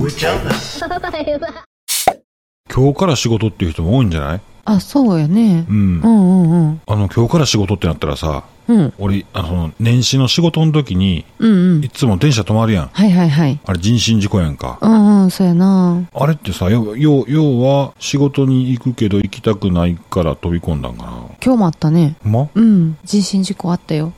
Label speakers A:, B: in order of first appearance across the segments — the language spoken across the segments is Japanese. A: 植えちゃうな。
B: 今日から仕事っていう人も多いんじゃない
C: あ、そうやね
B: う。ん
C: う。んうんうん。
B: あの、今日から仕事ってなったらさ、
C: うん。
B: 俺、あの、年始の仕事の時に、
C: うんうん
B: い。つも電車止まるやん。
C: はいはいはい。
B: あれ人身事故やんか。
C: うんうん、そうやな。
B: あれってさ、要要要は、仕事に行くけど行きたくないから飛び込んだんかな。
C: 今日もあったね。
B: ほんま
C: うん。人身事故あったよ。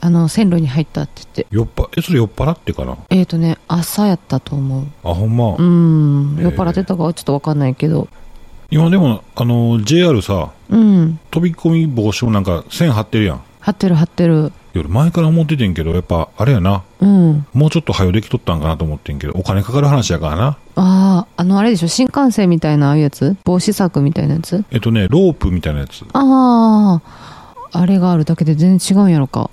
C: あの、線路に入ったって言って。
B: 酔っぱ、え、それ酔っ払ってかなあ、
C: えーとね、朝やったと思う。
B: ほんま。
C: うん。
B: えー
C: 酔っ払ってたかはちょっとわかんないけど。
B: 今でも、あの、JR さ、
C: うん。
B: 飛び込み防止もなんか線張ってるやん。
C: 張ってる張ってる。
B: いや俺前から思っててんけど、やっぱ、あれやな。
C: うん。
B: もうちょっと早うできとったんかなと思ってんけど、お金かかる話やからな。
C: ああ、あのあれでしょ、新幹線みたいなああいうやつ防止策みたいなやつ
B: えっとね、ロープみたいなやつ。
C: ああ、あれがあるだけで全然違うんやろか。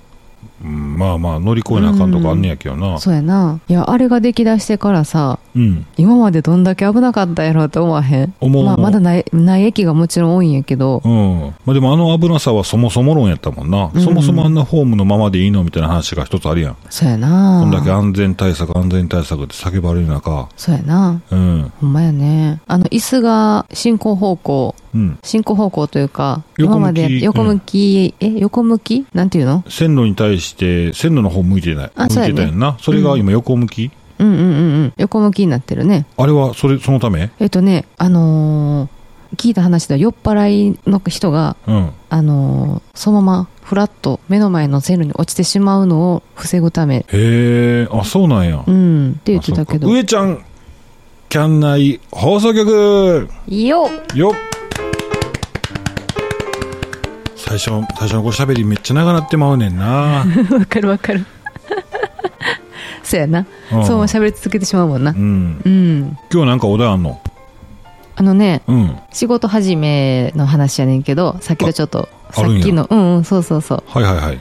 B: うん、まあまあ、乗り越えなあかんとかあんねやけどな。
C: そうやな。いや、あれができだしてからさ、
B: うん。
C: 今までどんだけ危なかったやろって思わへん。
B: 思う
C: まあ、
B: 思う
C: まだない、ない駅がもちろん多いんやけど、
B: うん。まあでもあの危なさはそもそも論やったもんな。
C: うん
B: そもそもあんなフォームのままでいいのみたいな話が一つあるやん。
C: そうやな。
B: こんだけ安全対策、安全対策って叫ばれる中。
C: そうやな。
B: うん。
C: ほんまやね。あの、椅子が進行方向、
B: うん。
C: 進行方向というか、
B: 横向き
C: 今まで横向き、え、横向きなんていうの
B: 線路に対して、線路の方向いてない。
C: あ
B: 向いてたやんな。それが今横向き、
C: うんうんうんうん。横向きになってるね。
B: あれは、それ、そのため
C: えっとね、あのー聞いた話では酔っ払いの人が、
B: うん。
C: あのーそのままふらっと目の前の線路に落ちてしまうのを防ぐため、
B: へえ、あ、そうなんや。
C: うん、って言ってた
B: あ
C: け
B: そう
C: ど
B: か。上ちゃん、キャン内放送局
C: よっ
B: よっ最初の、最初のこう喋りめっちゃ長なってまうねん な。
C: わかるわかる。 そうやな。
B: うん
C: そう喋り続けてしまうもんな
B: う。ん。
C: うん。
B: 今日なんかお題あんの
C: あのね、
B: うん。
C: 仕事始めの話やねんけど、さっきのちょっと、
B: ああ
C: さ
B: るん
C: っ
B: や
C: きの、うんうん、そうそうそう。
B: はいはいはい。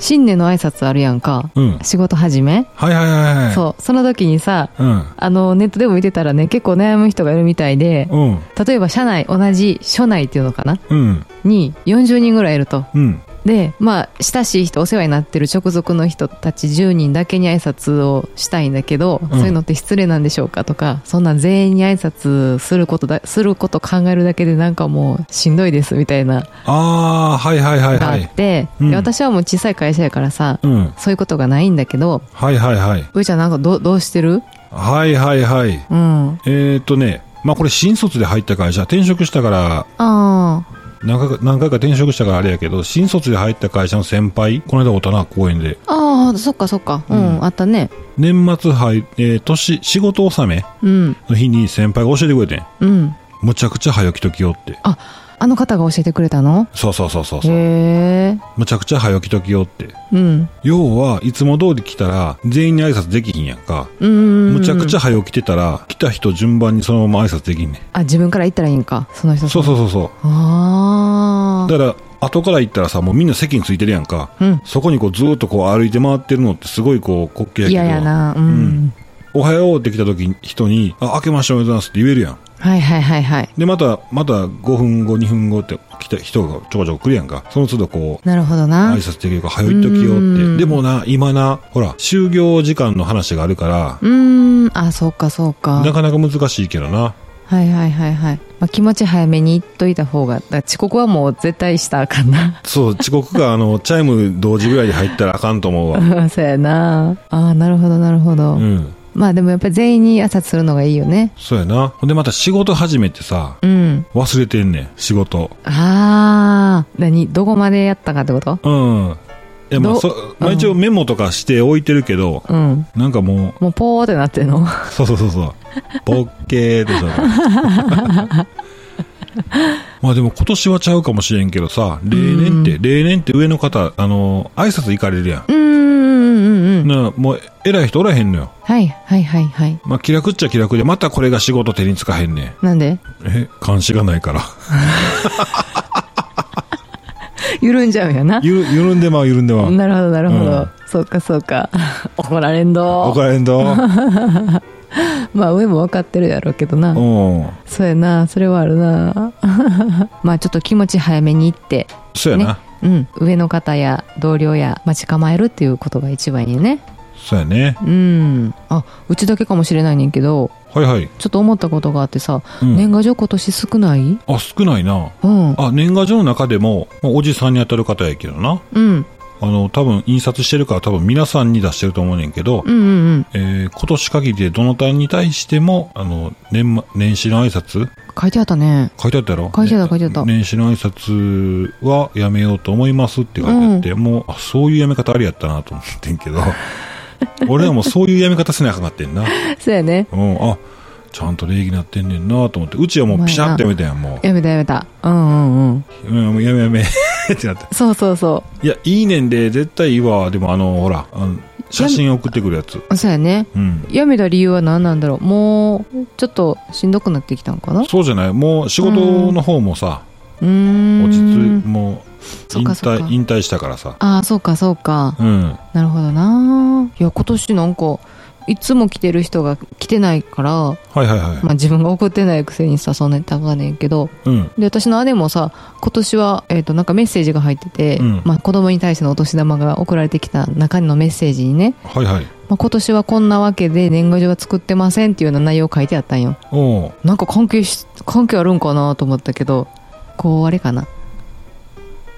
C: 新年の挨拶あるやんか。
B: うん。
C: 仕事始め、
B: はいはいはいはい。
C: そう。その時にさ、
B: う。うん。
C: あの、ネットでも見てたらね、結構悩む人がいるみたいで、
B: うん。
C: 例えば社内同じ署内っていうのかな
B: うん。
C: に40人ぐらいいると
B: うん。
C: でまあ親しい人お世話になってる直属の人たち10人だけに挨拶をしたいんだけど、
B: うん
C: そういうのって失礼なんでしょうかとかそんなん全員に挨拶することだすること考えるだけでなんかもうしんどいですみたいな
B: あー、はいはいはい
C: があ
B: は
C: っ
B: い。
C: て、
B: うん
C: で私はもう小さい会社やからさ、
B: うん。
C: そういうことがないんだけど
B: はいはいはい。
C: 上ちゃんなんかどどうしてる
B: はいはいはい。
C: うんあ
B: えーっとね、まあこれ新卒で入った会社、転職したから、
C: あ
B: 何回か何回か転職したからあれやけど、新卒で入った会社の先輩、この間おったな、公園で。
C: ああそっかそっかうん、
B: うん
C: あったね
B: 年末入、えー年、仕事納め
C: うん
B: の日に先輩が教えてくれてん。
C: うん
B: むちゃくちゃ早起きときよって。
C: ああの方が教えてくれたの
B: そうそうそうそうそう。
C: へえ。
B: むちゃくちゃ早起きときよって。
C: うん。
B: 要はいつも通り来たら全員に挨拶できひんやんか。
C: うんうん。
B: むちゃくち
C: ゃ。
B: ゃ早起きてたら来た人順番にそのまま挨拶できんね
C: あ、自分から言ったらいいんか。その人
B: ん。そう
C: う。
B: そうそうそう。
C: ああ。
B: だから後から行ったらさ、もうみんな席についてるやんか。
C: うん。
B: そこにこうずーっとこう歩いて回ってるのってすごいこう滑稽やけど。
C: 嫌やな。うん。
B: んおはようって来た時に人に、あ、明けましておめでとうございますって言えるやん。
C: はいはいはいはい。
B: で、また、また5分後、2分後って来た人がちょこちょこ来るやんか。その都度こう、
C: なるほどな。
B: 挨拶できるから早いときよって。
C: うん
B: でもな、今な、ほら、就業時間の話があるから、
C: うーん。あ、そうかそうか。
B: なかなか難しいけどな。
C: はいはいはいはい。まあ、気持ち早めに言っといた方が、だから遅刻はもう絶対したらあかんな。
B: そう、遅刻が、あの、チャイム同時ぐらいで入ったらあかんと思うわ。
C: そうやな。ああ、なるほどなるほど。
B: うん。
C: まあでもやっぱり全員に挨拶するのがいいよね。
B: そうやな。ほんで、また仕事始めてさ、
C: うん。
B: 忘れてんねん、仕事。
C: ああ。何どこまでやったかってこと
B: うん。いや、まあ、
C: ど
B: そまあ、一応メモとかして置いてるけど、
C: うん。
B: なんかもう、
C: もうポーってなってんの
B: そうそうそうそう。ボッケーでしょ。 まあでも今年はちゃうかもしれんけどさ、例年って、例年って上の方、あの、挨拶行かれるや。
C: うーんうんうんうんん。
B: なあもう偉い人おらへんのよ。
C: はいはいはいはい。
B: まあ気楽っちゃ気楽で、またこれが仕事手につかへんねん。
C: なんで
B: え、監視がないから。
C: 緩んじゃうよな。
B: ゆる、緩んでまう緩んでまう。
C: なるほどなるほど。
B: うん
C: そうかそうか。 怒られんど
B: 怒。らへん ぞ。
C: まあ上も分かってるやろうけどな。
B: うん。
C: そうやな。それはあるな。 まあちょっと気持ち早めに行って。
B: そうや
C: ね
B: な。。
C: うん。上の方や同僚や待ち構えるっていうことが一番いいね。
B: そうやね。
C: うん。あ、うちだけかもしれないねんけど、
B: はいはい。
C: ちょっと思ったことがあってさ、
B: うん
C: 年賀状今年少ない
B: あ、少ないな。
C: うん。
B: あ、年賀状の中でも、まあおじさんに当たる方やけどな。
C: うん。
B: あの、多分印刷してるから多分皆さんに出してると思うねんけど、
C: うんうんうん。
B: えー今年限りでどの単に対しても、あの、年末、年始の挨拶
C: 書いてあった ね。
B: 書いてあったやろ
C: 書いてあった書いてあった
B: ね年始の挨拶はやめようと思いますって書いてあって、もう、あ、そういうやめ方ありやったなと思ってんけど、 俺らもそういうやめ方せなあかんかってんな。
C: そうやね。
B: うん、あ、ちゃんと礼儀なってんねんなと思って、うちはもうピシャってやめたやん、も
C: やめたやめた。うんうんうん。
B: う。うんもうやめや めってなって。
C: そうそうそ
B: いや、いいねんで、絶対いいわ。でも、あの、ほら、あの写真送ってくるやつ。
C: う。そうやね。
B: うん。
C: やめた理由は何なんだろう。もう、ちょっとしんどくなってきたんかな
B: そうじゃないもう仕事の方もさ、
C: うーん。
B: 落ち着い、もう、
C: そ
B: 引
C: っかそっか
B: 退、引退したからさ。
C: ああ、そうかそうか。
B: うん。
C: なるほどな。いや、今年なんか、いつも来てる人が来てないから、
B: はいはいはい。
C: まあ自分が送ってないくせにさ、そんなにたまねんけど、
B: うん。
C: で、私の姉もさ、今年は、えっ、と、なんかメッセージが入ってて、
B: うん
C: まあ子供に対してのお年玉が送られてきた中のメッセージにね、
B: はいはい。
C: まあ今年はこんなわけで年賀状は作ってませんっていうような内容書いてあったんよ。
B: おう
C: なんか関係し、関係あるんかなと思ったけど、こう、あれかな。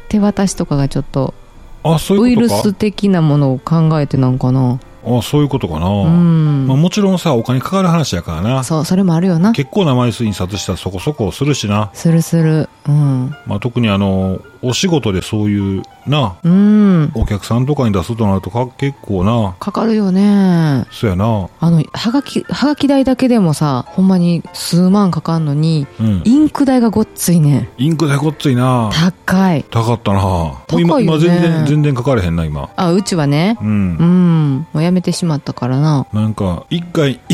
C: 手渡しとかがちょっと、
B: あ、そう
C: ウ
B: い
C: イ
B: うこ
C: ル
B: とか。
C: ス的なものを考えてなんかな。
B: あ、そういうことかな。
C: うん
B: まあ、もちろんさ、お金かかる話やからな。
C: そう、それもあるよな。
B: 結構な枚数印刷したらそこそこするしな。
C: するする。うん。
B: まあ、特にあの、お仕事でそういう、な、
C: うん。
B: お客さんとかに出すとなるとか、結構な、
C: かかるよね。
B: そうやな。
C: あの、はがき、はがき代だけでもさ、ほんまに数万かかんのに、
B: うん。
C: インク代がごっついねん。
B: インク代ごっついな。
C: 高い。
B: 高かったな。もう今、
C: 高いよ
B: 今
C: ね
B: 全然、全然書かれへんな、今。
C: あ、うちはね。
B: うん
C: う。ん。もうやめてしまったからな。
B: なんか、一回、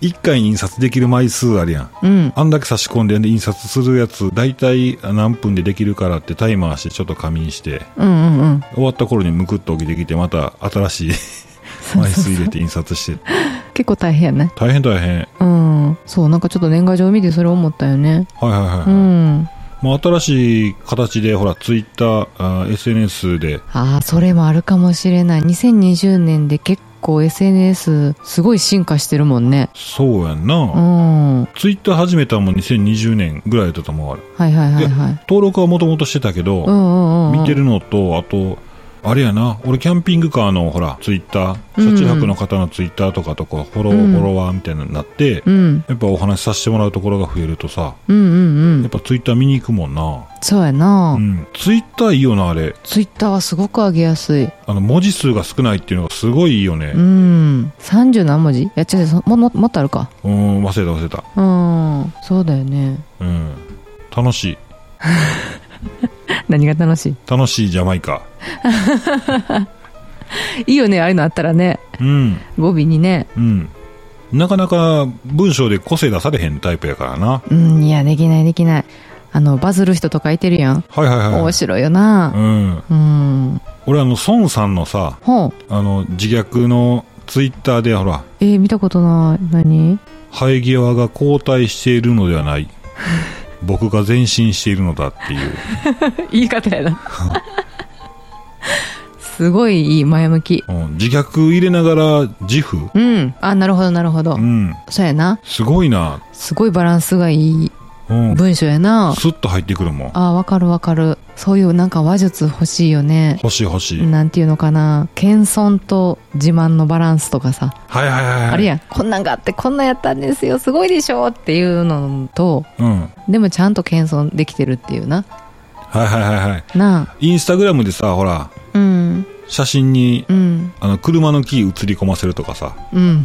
B: 一回に印刷できる枚数あるやん。
C: うん。
B: あんだけ差し込んで、で印刷するやつ、だいたい何分でできるからってタイマーしてちょっと仮眠して、
C: うんうんうん。
B: 終わった頃にむくっと起きてきて、また新しい枚数入れて印刷して。
C: 結構大変やね。
B: 大変大変。
C: うん。そう、なんかちょっと年賀状見てそれ思ったよね。
B: はいはいはい。
C: うん。
B: まあ新しい形で、ほら、ツイッター、あー SNS で、
C: ああ、それもあるかもしれない。2020年で結構 SNS すごい進化してるもんね。
B: そうやんな。
C: うん。はい
B: ツイッター始めたのも2020年ぐらいだったと思う、あれ。
C: はいはいはい。
B: 登録はもともとしてたけど、
C: うんうんうんうん、
B: 見てるのと、あと、あれやな、俺キャンピングカーのほら、ツイッター、車中泊の方のツイッターとかとか、フォロー、
C: うん
B: フォロワーみたいなのになって、
C: うん
B: やっぱお話しさせてもらうところが増えるとさ、
C: うんうんう
B: やっ
C: ん
B: ぱツイッター見に行くもんな。
C: そうやな、
B: うん。ツイッターいいよな、あれ。
C: ツイッターはすごく上げやすい
B: あの、文字数が少ないっていうのがすごいいいよ
C: う
B: ね。
C: ん30何文字いや違う違うそもももっとあるか
B: うん、忘れた忘れた。
C: うんそうだよね
B: うん。楽しい。
C: 何が楽し
B: 楽しいジャマイカ。
C: いいいよねああいうのあったらね
B: うん。
C: 語尾にね
B: うん。なかなか文章で個性出されへんタイプやからな。
C: うんいやできないできないあのバズる人とかいてるやん
B: はいはいは
C: 面
B: い。
C: 白いよな
B: うん。
C: うん、
B: 俺あの、孫さんのさ、
C: ほう
B: あの、自虐のツイッターで、ほら、
C: えー見たことない何
B: 生え際が後退しているのでは ない。僕が前進しているのだっていう。
C: 言い方やな すごいいい前向き
B: うん、自虐入れながら自負
C: うんあなるほどなるほど、
B: うん。
C: そうやな
B: すごいな。
C: すごいバランスがいい
B: うん。
C: 文章やな。
B: スッと入ってくるもん。
C: ああ、わかるわかる。そういうなんか話術欲しいよね。
B: 欲しい欲しい。
C: なんていうのかな。謙遜と自慢のバランスとかさ。
B: はいはいはいはい。
C: あるやん。こんなんがあってこんなんやったんですよ。すごいでしょっていうのと、
B: うん。はい
C: でもちゃんと謙遜できてるっていうな。
B: はいはいはい。
C: な
B: インスタグラムでさ、ほら、
C: あ。うん。
B: 写真に、
C: うん。
B: あの、車のキー映り込ませるとかさ、
C: うん。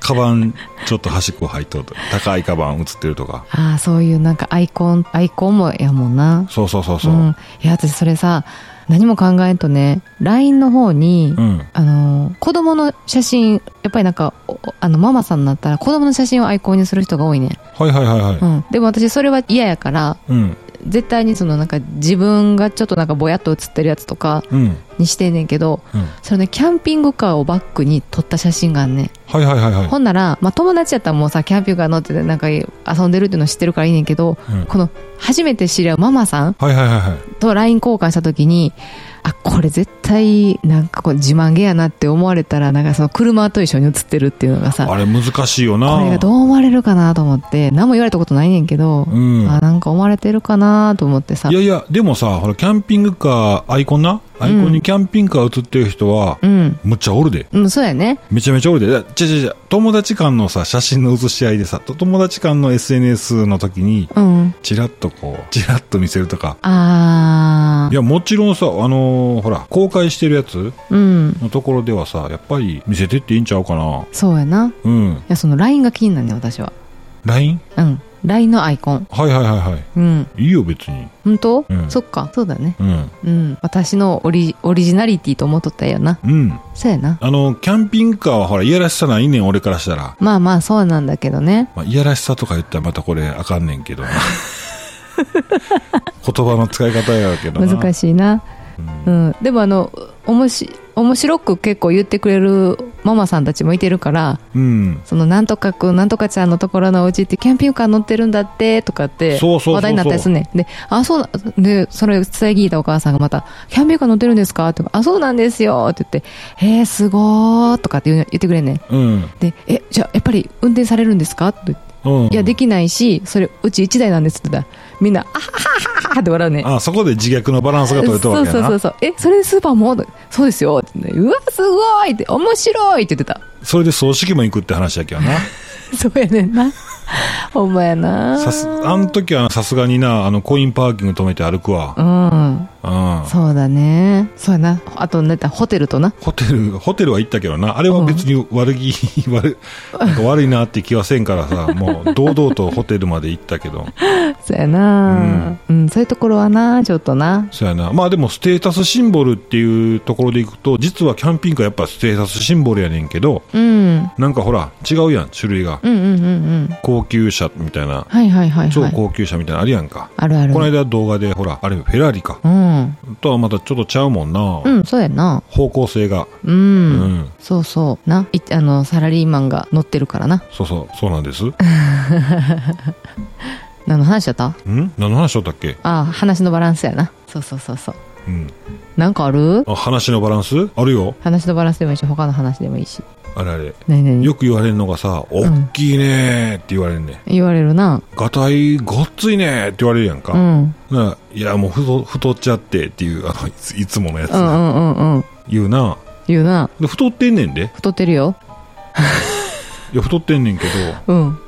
B: カバ ンちょっと端っこ入っとると高いカバン映ってるとか。
C: ああ、そういうなんかアイコン、アイコンもやもんな。
B: そうそうそうそう。
C: ん。いや、私それさ、何も考えんとね、LINE の方に、
B: うん。
C: あの子供の写真やっぱりなんかおあのママさんになったら子供の写真をアイコンにする人が多いね、
B: はいはいはいはい。
C: うん、でも私それは嫌やから
B: うん。
C: 絶対にそのなんか自分がちょっとなんかぼやっと写ってるやつとか
B: うん。
C: にしてんねんけど
B: うん。
C: それねキャンピングカーをバックに撮った写真があんねん
B: はいはいはいはい。
C: ほんなら、まあ、友達やったらもうさキャンピングカー乗っててなんか遊んでるっていうの知ってるからいいねんけど、
B: うん
C: この初めて知り合うママさん
B: はいはいはいはい。
C: と LINE 交換した時にあこれ絶対なんかこう自慢げやなって思われたらなんかその車と一緒に写ってるっていうのがさ
B: あれ難しいよな。
C: これがどう思われるかなと思って何も言われたことないねんけど、
B: うん
C: あなんか思われてるかなと思ってさ
B: いやいや、でもさ、ほら、キャンピングカー、アイコンなアイコンにキャンピングカー映ってる人は、
C: うん
B: むっちゃおるで。
C: うんそうやね
B: めちゃめちゃおるで。いや違う違う違う。友達間のさ、写真の写し合いでさ、と友達間の SNS の時に、
C: うん
B: チラッとこう、チラッと見せるとか。
C: あ
B: いや、もちろんさ、あのーほら、公開してるやつ
C: ーうん
B: のところではさ、やっぱり見せてっていいんちゃうかな。
C: そうやな
B: うん。
C: いやその LINE が気になるねん私は
B: LINE?
C: うん LINE のアイコン
B: はいはいはいは
C: うん
B: い。いいよ、別に。
C: 本当、
B: うん
C: そっかそうだね
B: うん。
C: うん私のオリオリジナリティと思っとったらええよな
B: うん。
C: そうやな
B: あの、キャンピングカーはほら、いやらしさないねん、俺からしたら。
C: まあまあそうなんだけどね
B: まあ、いやらしさとか言ったらまたこれあかんねんけ どな。言葉の使い方やけどな。
C: 難
B: しい。
C: しいな、うん、でもあのおもし面白く結構言ってくれるママさんたちもいてるから
B: うん。
C: そのなんとかくんなんとかちゃんのところのお家ってキャンピングカー乗ってるんだってとかって
B: そうそうそうそう
C: 話題になったりすんねんであそうなでそれ伝え聞いたお母さんがまた「キャンピングカー乗ってるんですか?」って「あそうなんですよ」って言って「へえすごー」とかって言う言ってくれんねん
B: うん。
C: で「えじゃあやっぱり運転されるんですか?」って
B: うん。
C: いやできないしそれうち1台なんです」って言ったらみんな「あはははは」って笑うねん
B: あそこで自虐のバランスが取れた
C: そ
B: わ
C: う
B: けや
C: そう
B: な。
C: そうそうえそれでスーパーもそうですよってねうわすごいって面白いって言って た
B: それで葬式も行くって話やけどな。
C: そうやねんなほんまやな
B: さす、あの時はさすがにな、あの、コインパーキング止めて歩くわ。
C: うん
B: うん。
C: そうだねそうやなあとなんだホテルとな
B: ホテル、ホテルは行ったけどな、あれは別に悪気、悪、なんか悪いなって気はせんからさ、もう堂々とホテルまで行ったけど。
C: そうやなうん、そういうところはなちょっとな
B: そうやな。まあでもステータスシンボルっていうところでいくと、実はキャンピングカーやっぱステータスシンボルやねんけど、
C: うん
B: なんかほら、違うやん、種類が。
C: うんうんうんうん
B: 高級車みたいな、
C: はいはいはい
B: 超
C: はい
B: 高級車みたいなのあるやんか。
C: あるある
B: この間動画でほら、あれフェラーリか。
C: うん
B: とはまたちょっとちゃうもんな。
C: うんそうやな
B: 方向性が。
C: う、
B: うんん。
C: そうそうないあのサラリーマンが乗ってるからな
B: そうそう、そうなんです。ん
C: 何の話だった
B: 何の話しとったっけ
C: あ話のバランスやなそうそうそうそう
B: うん。
C: なんかある
B: あ、話のバランスあるよ。
C: 話のバランスでもいいし他の話でもいいし
B: あれあれ。
C: 何何
B: よく言われるのがさ、お
C: ん
B: っきいねーって言われるね。
C: 言われるな
B: ガタイごっついねーって言われるやんか。
C: うん
B: なあいや、もう太太っちゃってっていう、あの、いついつものやつ
C: うんう
B: な、
C: んうんうん
B: 言うな。
C: 言うな
B: で、太ってんねんで。
C: 太ってるよ
B: いや、太ってんねんけど、
C: うん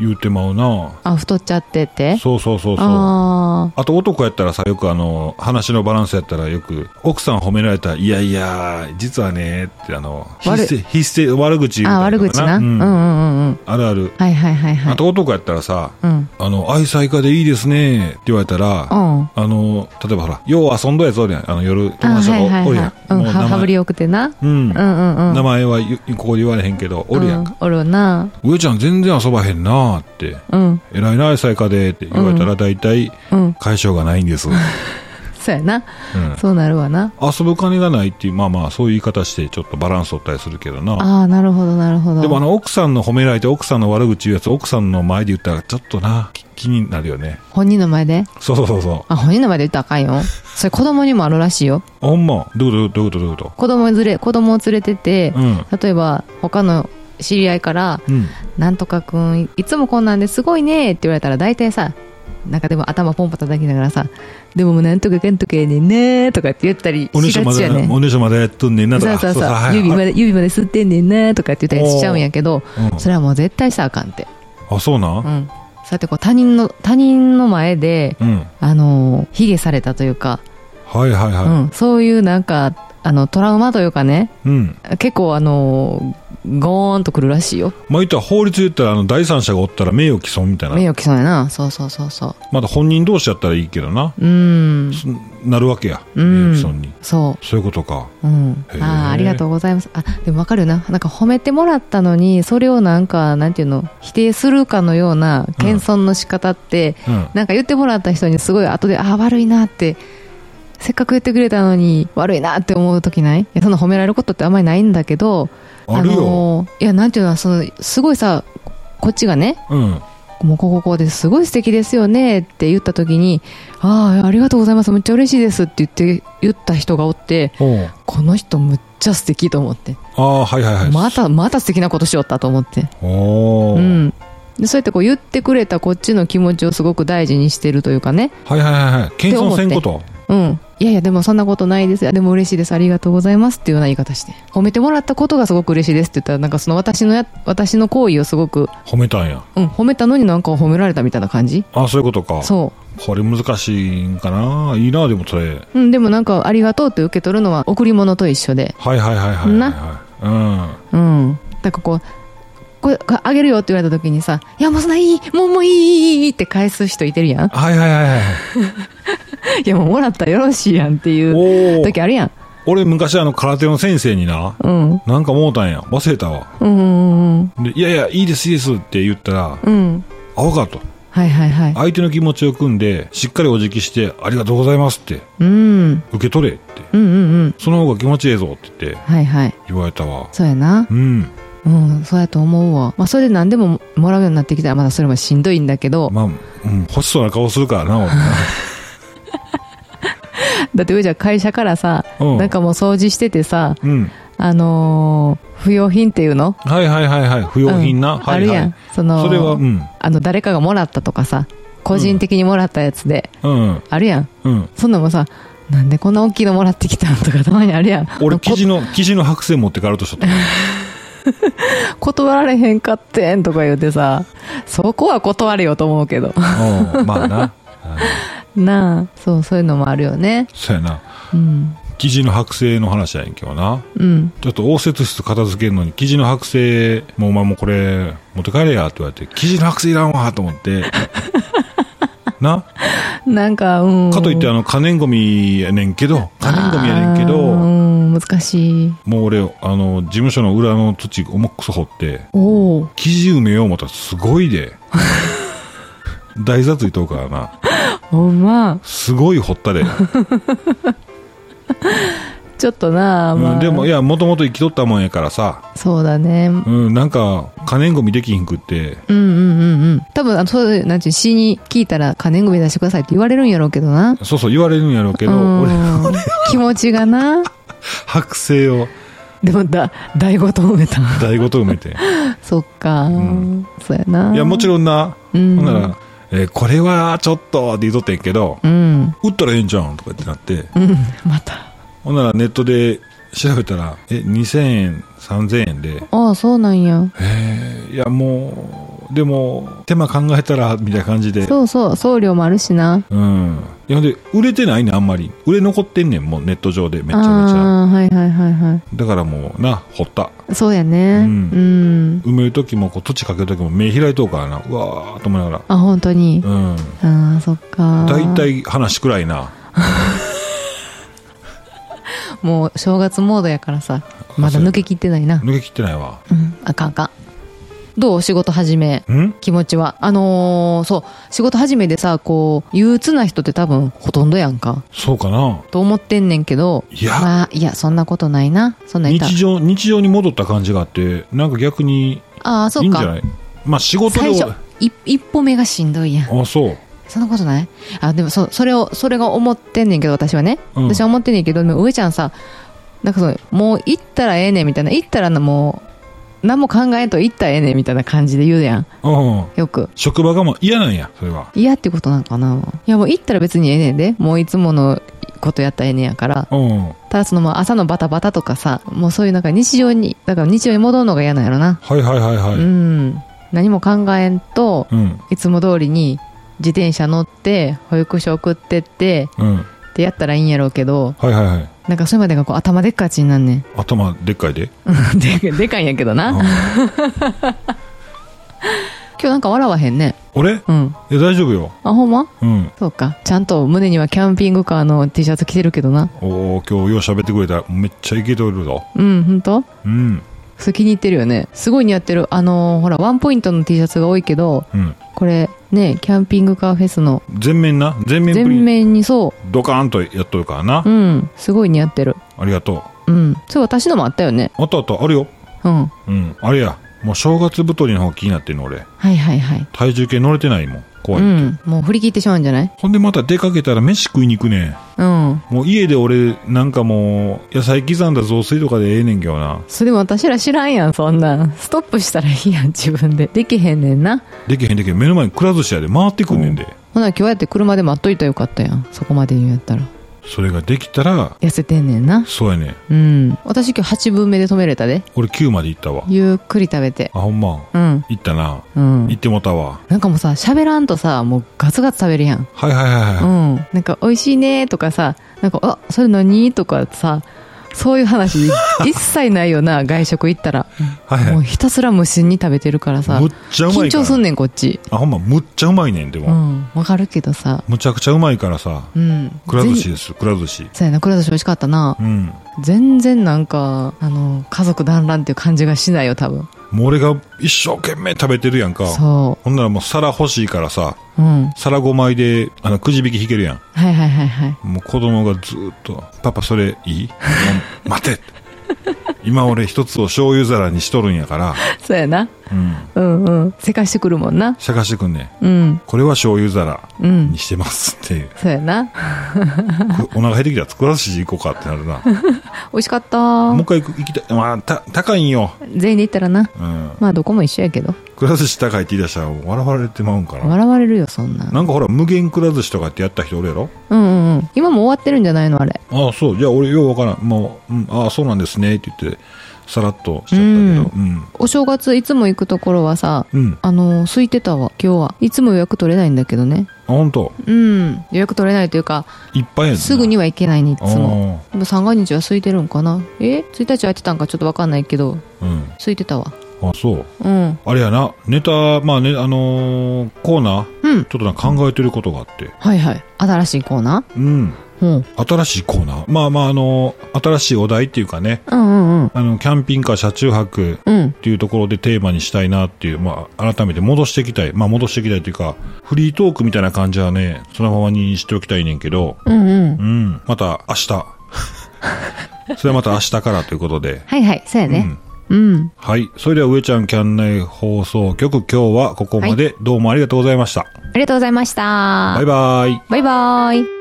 B: 言うてまうな。
C: あ太っちゃってって
B: そうそうそうそう。あ
C: あ
B: と男やったらさ、よくあの、話のバランスやったらよく、奥さん褒められたら、いやいや、実はね、ってあの、ひ
C: 悪い
B: せ、ひせ、悪口
C: ー
B: 言う
C: あ
B: たり
C: 悪
B: と
C: 口
B: か
C: な、うん、うん
B: うん。
C: うんうん
B: あるある。
C: はいはいはいは
B: あ
C: い
B: と男やったらさ、
C: うん
B: あの、愛妻家でいいですね、って言われたら、
C: うん
B: あの、例えばほら、よう遊んどやつおるやん。あの、夜、友
C: あ
B: 達
C: はい
B: と
C: は
B: か
C: い
B: お
C: は
B: る
C: い
B: やん。
C: うん
B: もう名
C: は
B: 前
C: 羽振りよくてな
B: うん
C: う。んうんうん
B: 名前はゆここで言われへんけど、おるやんか。
C: うん、おるな
B: 上ちゃん全然遊ばへんなーって。
C: うん
B: 偉いな、愛妻家でって言われたら大体、
C: うん
B: 解消がないんです。うん。
C: そうやなそうなるわな
B: 遊ぶ金がないっていう、まあまあ、そういう言い方してちょっとバランス取ったりするけどな。
C: ああなるほどなるほど
B: でもあの、奥さんの褒められて奥さんの悪口言うやつ、奥さんの前で言ったらちょっとな、き気になるよね。
C: 本人の前で
B: そうそうそうそう。
C: あ本人の前で言ったらあかんよそれ子供にもあるらしいよ
B: あほんま。どういうことどういうことどういうこ
C: 子供連れ子供を連れてて、
B: とうん。
C: 例えば他の知り合いから
B: うん。
C: 「なんとかくんいつもこんなんですごいね」って言われたら大体さなんかでも頭ポンポン叩きながらさ「でももうなんとかかんとかやねんね」とかって言ったり
B: おねし
C: し
B: ょ
C: が
B: ま
C: ち
B: で
C: やねん。
B: おねしょまでやっとんねんなと
C: そう
B: か。
C: そうそう
B: はい
C: 指まで指まで吸ってんねんなとかって言ったりしちゃうんやけど
B: うん
C: それはもう絶対したらあかんって、
B: あ、そうな
C: うん、そうやってこう他人の他人の前で
B: うん。
C: あの卑下されたというか、
B: はいはいは
C: うん、そういうなんかあのトラウマというかね
B: い。うん。
C: 結構あのゴーンとくるらしいよ
B: まあ、言ったら法律で言ったら、あの、第三者がおったら名誉毀損みたい
C: 名
B: な。
C: 誉毀損やなそうそうそうそ
B: まだ本人同士やったらいいけどな。
C: ううん
B: すなるわけや。
C: うん
B: 名誉毀損に。
C: そ
B: そういうことか。
C: ううん
B: へー
C: ああありがとうございますあでもわかるよななんか褒めてもらったのにそれをなんかなんていうの否定するかのような謙遜の仕方って、
B: うん。
C: なんか言ってもらった人にすごい後でああ悪いなってせっかく言ってくれたのに悪いなって思う時ないいやそんな褒められることってあんまりないんだけど
B: あるよ。
C: のーいやなんていうのそのすごいさこっちがね
B: うん。
C: もうこここうですごい素敵ですよねって言った時に「ああありがとうございますめっちゃ嬉しいです」って言って言った人がおって
B: おう
C: この人むっちゃ素敵と思って
B: ああ、はいはいはい。
C: またまた素敵なことしよったと思って、
B: おお、
C: うん、でそうやってこう言ってくれたこっちの気持ちをすごく大事にしてるというかね、
B: はいはいはいはい。謙遜せんこと。
C: うん、いやいやでもそんなことないですいやでも嬉しいですありがとうございますっていうような言い方して褒めてもらったことがすごく嬉しいですって言ったらなんかその私のや私の行為をすごく、
B: 褒めたんや。
C: うん、褒めたのになんか褒められたみたいな感じ
B: ああ、そういうことか。
C: そ
B: これ難しいんかな。いいな、でもそれ。
C: う、うん、でもなんかありがとうって受け取るのは贈り物と一緒で
B: はいはいはいはいはい、はい。
C: な。
B: うん。
C: うんなんかこうこれこれあげるよって言われた時にさ「いやもうそんないいもうもういいいいいい」って返す人いて るやん
B: はいはいはいはい。
C: いやもうもらったらよろしいやんっていう
B: おお。
C: 時あるやん。
B: 俺昔あの空手の先生にな、
C: うん。うん
B: なんか思うたんや。忘れたわ。
C: うんうん
B: でいやいや、いいですいいですって言ったら、
C: うん。うん。
B: あわかと。
C: はいはいはい。
B: 相手の気持ちを組んで、しっかりお辞儀して、ありがとうございますって、
C: うん。うん
B: 受け取れって。
C: うんうん。
B: その方が気持ちええぞって言って、
C: はいはい。
B: 言われたわ。
C: そうやな。
B: うん。
C: うん、そうやと思うわ。まあそれで何でももらうようになってきたらまだそれもしんどいんだけど、
B: まあ、うん、欲しそうな顔するからな、俺な
C: だって上じゃ会社からさ、
B: うん
C: なんかもう掃除しててさ、
B: うん。
C: あのー不要品っていうの
B: はいはいはいはい。不用品な。
C: うん
B: はい
C: ある
B: は
C: や
B: い
C: ん。。その、
B: それは、うん。
C: あの誰かがもらったとかさ、個人的にもらったやつで、
B: うん。
C: あるやん。
B: うん。
C: そんなんもさ、なんでこんな大きいのもらってきたんとかたまにあるやん。
B: 俺、生地の、生地の白線持って帰ろうと しとった。
C: 断られへんかってんとか言うてさ、そこは断れよと思うけど。
B: うん。まあな。うん
C: なあ、そう、そういうのもあるよね。
B: そうやな。
C: うん。
B: 生地の剥製の話やねんけどな。
C: うん。
B: ちょっと応接室片付けるのに、生地の剥製、もうお前もうこれ、持って帰れや、って言われて、生地の剥製いらんわ、と思って。な
C: なんか、うん。
B: かといって、あ
C: の、
B: の、可燃ゴミやねんけど、可燃ゴミやねんけ
C: う
B: ど、
C: ん、難しい。
B: もう俺、あの、事務所の裏の土、重くそ掘って、
C: おお。
B: 生地埋めよう思ったらすごいで。台座ついとうからな。
C: ほんま。
B: すごい掘ったで。
C: ちょっとなあ、まあ、
B: うん、でも、いや、もともと生きとったもんやからさ、
C: そうだね。うん
B: うん、なんか、可燃ゴミできひんくって、
C: うんうんうん。多分、あの、そういう、なんちゅう、詩に聞いたら、可燃ゴミ出してくださいって言われるんやろうけどな。
B: そうそう言われるんやろうけど、
C: うん
B: 俺、
C: 気持ちがな。
B: 剥製を
C: でも、だ、台ごと埋め た。
B: 台ごと埋めて。
C: そっか、
B: ん
C: そうやな。
B: いや、もちろんな、
C: うん
B: ほんなら、えーこれはちょっとって言うとってんけど、
C: うん。
B: 売ったらええんじゃうんとかってなって、
C: うん、また。
B: ほんならネットで調べたら、え、2000円、3000円で、
C: ああ、そうなんや。
B: えーいや、もう、でも、手間考えたら、みたいな感じで、
C: そうそう、送料もあるしな。
B: うん。いや、ほんで、売れてないねん、あんまり。売れ残ってんねん、もうネット上で、めちゃめちゃ。
C: ああ、はいはいはいは
B: だからもう、な、掘った。
C: い。そうやね。
B: う
C: うんん。
B: 埋めるときも、こう、土かけるときも目開いとうからな、うわーっと思いながら。
C: あ、本当に。
B: うん。
C: ああ、そっか。
B: 大。体話くらいな。
C: もう正月モードやからさ、まだ抜けきってないな。
B: 抜け切ってないわ。
C: うん、あかんあかん。どう仕事始め。
B: ん
C: 気持ちは。あのー、そう、仕事始めでさ、こう、憂鬱な人って多分ほとんどやんか。
B: そうかな。
C: と思ってんねんけど。
B: いや
C: まあ、いや、そんなことないな。そんなんいた
B: 日常、日常に戻った感じがあって、なんか逆に
C: ああ、
B: い
C: そ
B: い
C: うん
B: じゃ
C: か
B: な。いまあ仕事で
C: 最、初、い一歩目がしんどいやん。
B: あ、そう。
C: そんなことないあ、でもそ、それを、それが思ってんねんけど、私はね。
B: うん
C: 私は思ってんねんけど、でも上ちゃんさ、なんかその、もう行ったらええねんみたいな、行ったらなもう、何も考えんと行ったらええねんみたいな感じで言うやん。
B: うん。
C: よく。
B: 職場がもう嫌なんや、それは。
C: 嫌ってことなんかないや、もう行ったら別にええねんで。もういつものことやったらええねんやから。
B: うん。は
C: ただその、まあ朝のバタバタとかさ、もうそういうなんか日常に、だから日常に戻るのが嫌なんやろな。
B: いはいはいは
C: う
B: い。
C: ん。何も考えんと、
B: うん。
C: いつも通りに自転車乗って、保育所送ってって、
B: うん。
C: ってやったらいいんやろうけど
B: はいはいはい。
C: なんかそれまでがこう頭でっかちになんねん
B: 頭でっかいで。
C: ででかいんやけどな
B: うん
C: 今日なんか笑わへんね
B: 俺い
C: うん
B: や、大丈夫よ。
C: あほんま
B: うん。
C: そうかちゃんと胸にはキャンピングカーの T シャツ着てるけどな
B: おー、今日よう喋ってくれた。めっちゃイケておるぞ。
C: うんほんと
B: うん。
C: それ気に入ってるよねすごい似合ってるあのーほらワンポイントの T シャツが多いけど
B: うん。
C: これねキャンピングカーフェスの
B: 全面な全面プリ
C: 全
B: ン
C: 面にそ
B: ドカーンとやっとるからな、
C: ううんすごい似合ってる
B: ありがと
C: うんそれ私のもあったよね
B: うあったあったあるよ
C: うん
B: うんあれやもう正月太りの方気になってんの俺
C: はいはいはい
B: 体重計乗れてないもん怖
C: う
B: い、
C: んもう振り切ってしまうんじゃない
B: ほんでまた出かけたら飯食いに行くね
C: うん
B: もう家で俺なんかもう野菜刻んだ雑炊とかでええねんけどな
C: それでも私ら知らんやんそんなんストップしたらいいやん自分でできへんねんな
B: できへんできへん目の前にくら寿司やで回ってくんねんで、
C: ほな今日やって車で待っといたらよかったやんそこまで言うんやったら
B: それができたら
C: 痩せてんねんな
B: そうやね
C: うん私今日8分目で止めれたで
B: 俺9まで行ったわ
C: ゆっくり食べて
B: あほんま
C: うん
B: 行ったな
C: うん
B: 行ってもたわ
C: なんかもうさ喋らんとさもうガツガツ食べるやん
B: はいはいはいはい、
C: うんなんか美味しいねとかさなんかあそれ何とかさそういう話 一切ないよな外食行ったら
B: はい
C: も
B: は
C: う
B: い
C: ひたすら無心に食べてるからさ
B: むっちゃうま
C: 緊
B: いから
C: 張すんねんこっち
B: あほんまむっちゃうまいねんで
C: う
B: も、
C: んわかるけどさ
B: むちゃくちゃうまいからさ
C: うん
B: くら寿
C: ぜ
B: 司
C: ひ
B: ですくら寿司
C: そうやなくら寿司美味しかったな
B: うん
C: 全然なんかあの家族団らんっていう感じがしないよ多分
B: もう俺が一生懸命食べてるやんか
C: そ
B: ほんならもう皿欲しいからさ
C: ううん
B: 皿5枚であのくじ引き引けるやん
C: はいはいはいはい
B: もう子供がずーっと「パパそれいいもう待てって」今俺一つを醤油皿にしとるんやから、
C: そうやな
B: うん、
C: うんうんせかしてくるもんな
B: 探してくんねん
C: うん
B: これは醤油皿
C: うん
B: にしてますっていう、
C: そうやな
B: これお腹減ってきたら作らずし行こうかってなる な
C: 美味しかっ
B: もう
C: た
B: 一回行く行きたいまあた高いんよ、
C: 全員で行ったらな
B: うん、
C: まあどこも一緒やけど
B: くら寿司高いって言い出したら笑われてまうんかな
C: 笑われるよそんなん
B: なんかほら無限くら寿司とかってやった人おるやろ
C: うんうんうん今もう終わってるんじゃないのあれ
B: ああそうじゃあ俺ようわからんもう、うん、ああそうなんですねって言ってさらっとしちゃったけどうん
C: お正月いつも行くところはさ
B: うんあ
C: あの空いてたわ今日はいつも予約取れないんだけどね
B: 本当
C: うん予約取れないというか
B: いっぱいやねんな
C: すぐには行けないねいつも
B: あ
C: でも三が日は空いてるんかなえ1日は空いてたんかちょっと分かんないけど
B: あうん
C: 空いてたわ
B: あそう
C: うん
B: あれやなネタまあねあのーコーナー
C: うん
B: ちょっとなんか考えてることがあって
C: はいはい新しいコーナ
B: うん
C: ー、うん、
B: 新しいコーナーまあまああのー新しいお題っていうかね
C: うんうんうん
B: あのキャンピングカー車中泊
C: うん
B: っていうところでテーマにしたいなっていう、まあ、改めて戻していきたい。まあ、戻していきたいというか、フリートークみたいな感じはね、そのままにしておきたいねんけど、
C: うんうん
B: うん。また明日。 それはまた明日からということで。
C: はいはいそうや
B: う
C: ね
B: ん。
C: うん、
B: はい。それでは、上ちゃんキャン内放送局、今日はここまで、どうもありがとうございました。
C: ありがとうございました
B: バイバイ。
C: バイバイ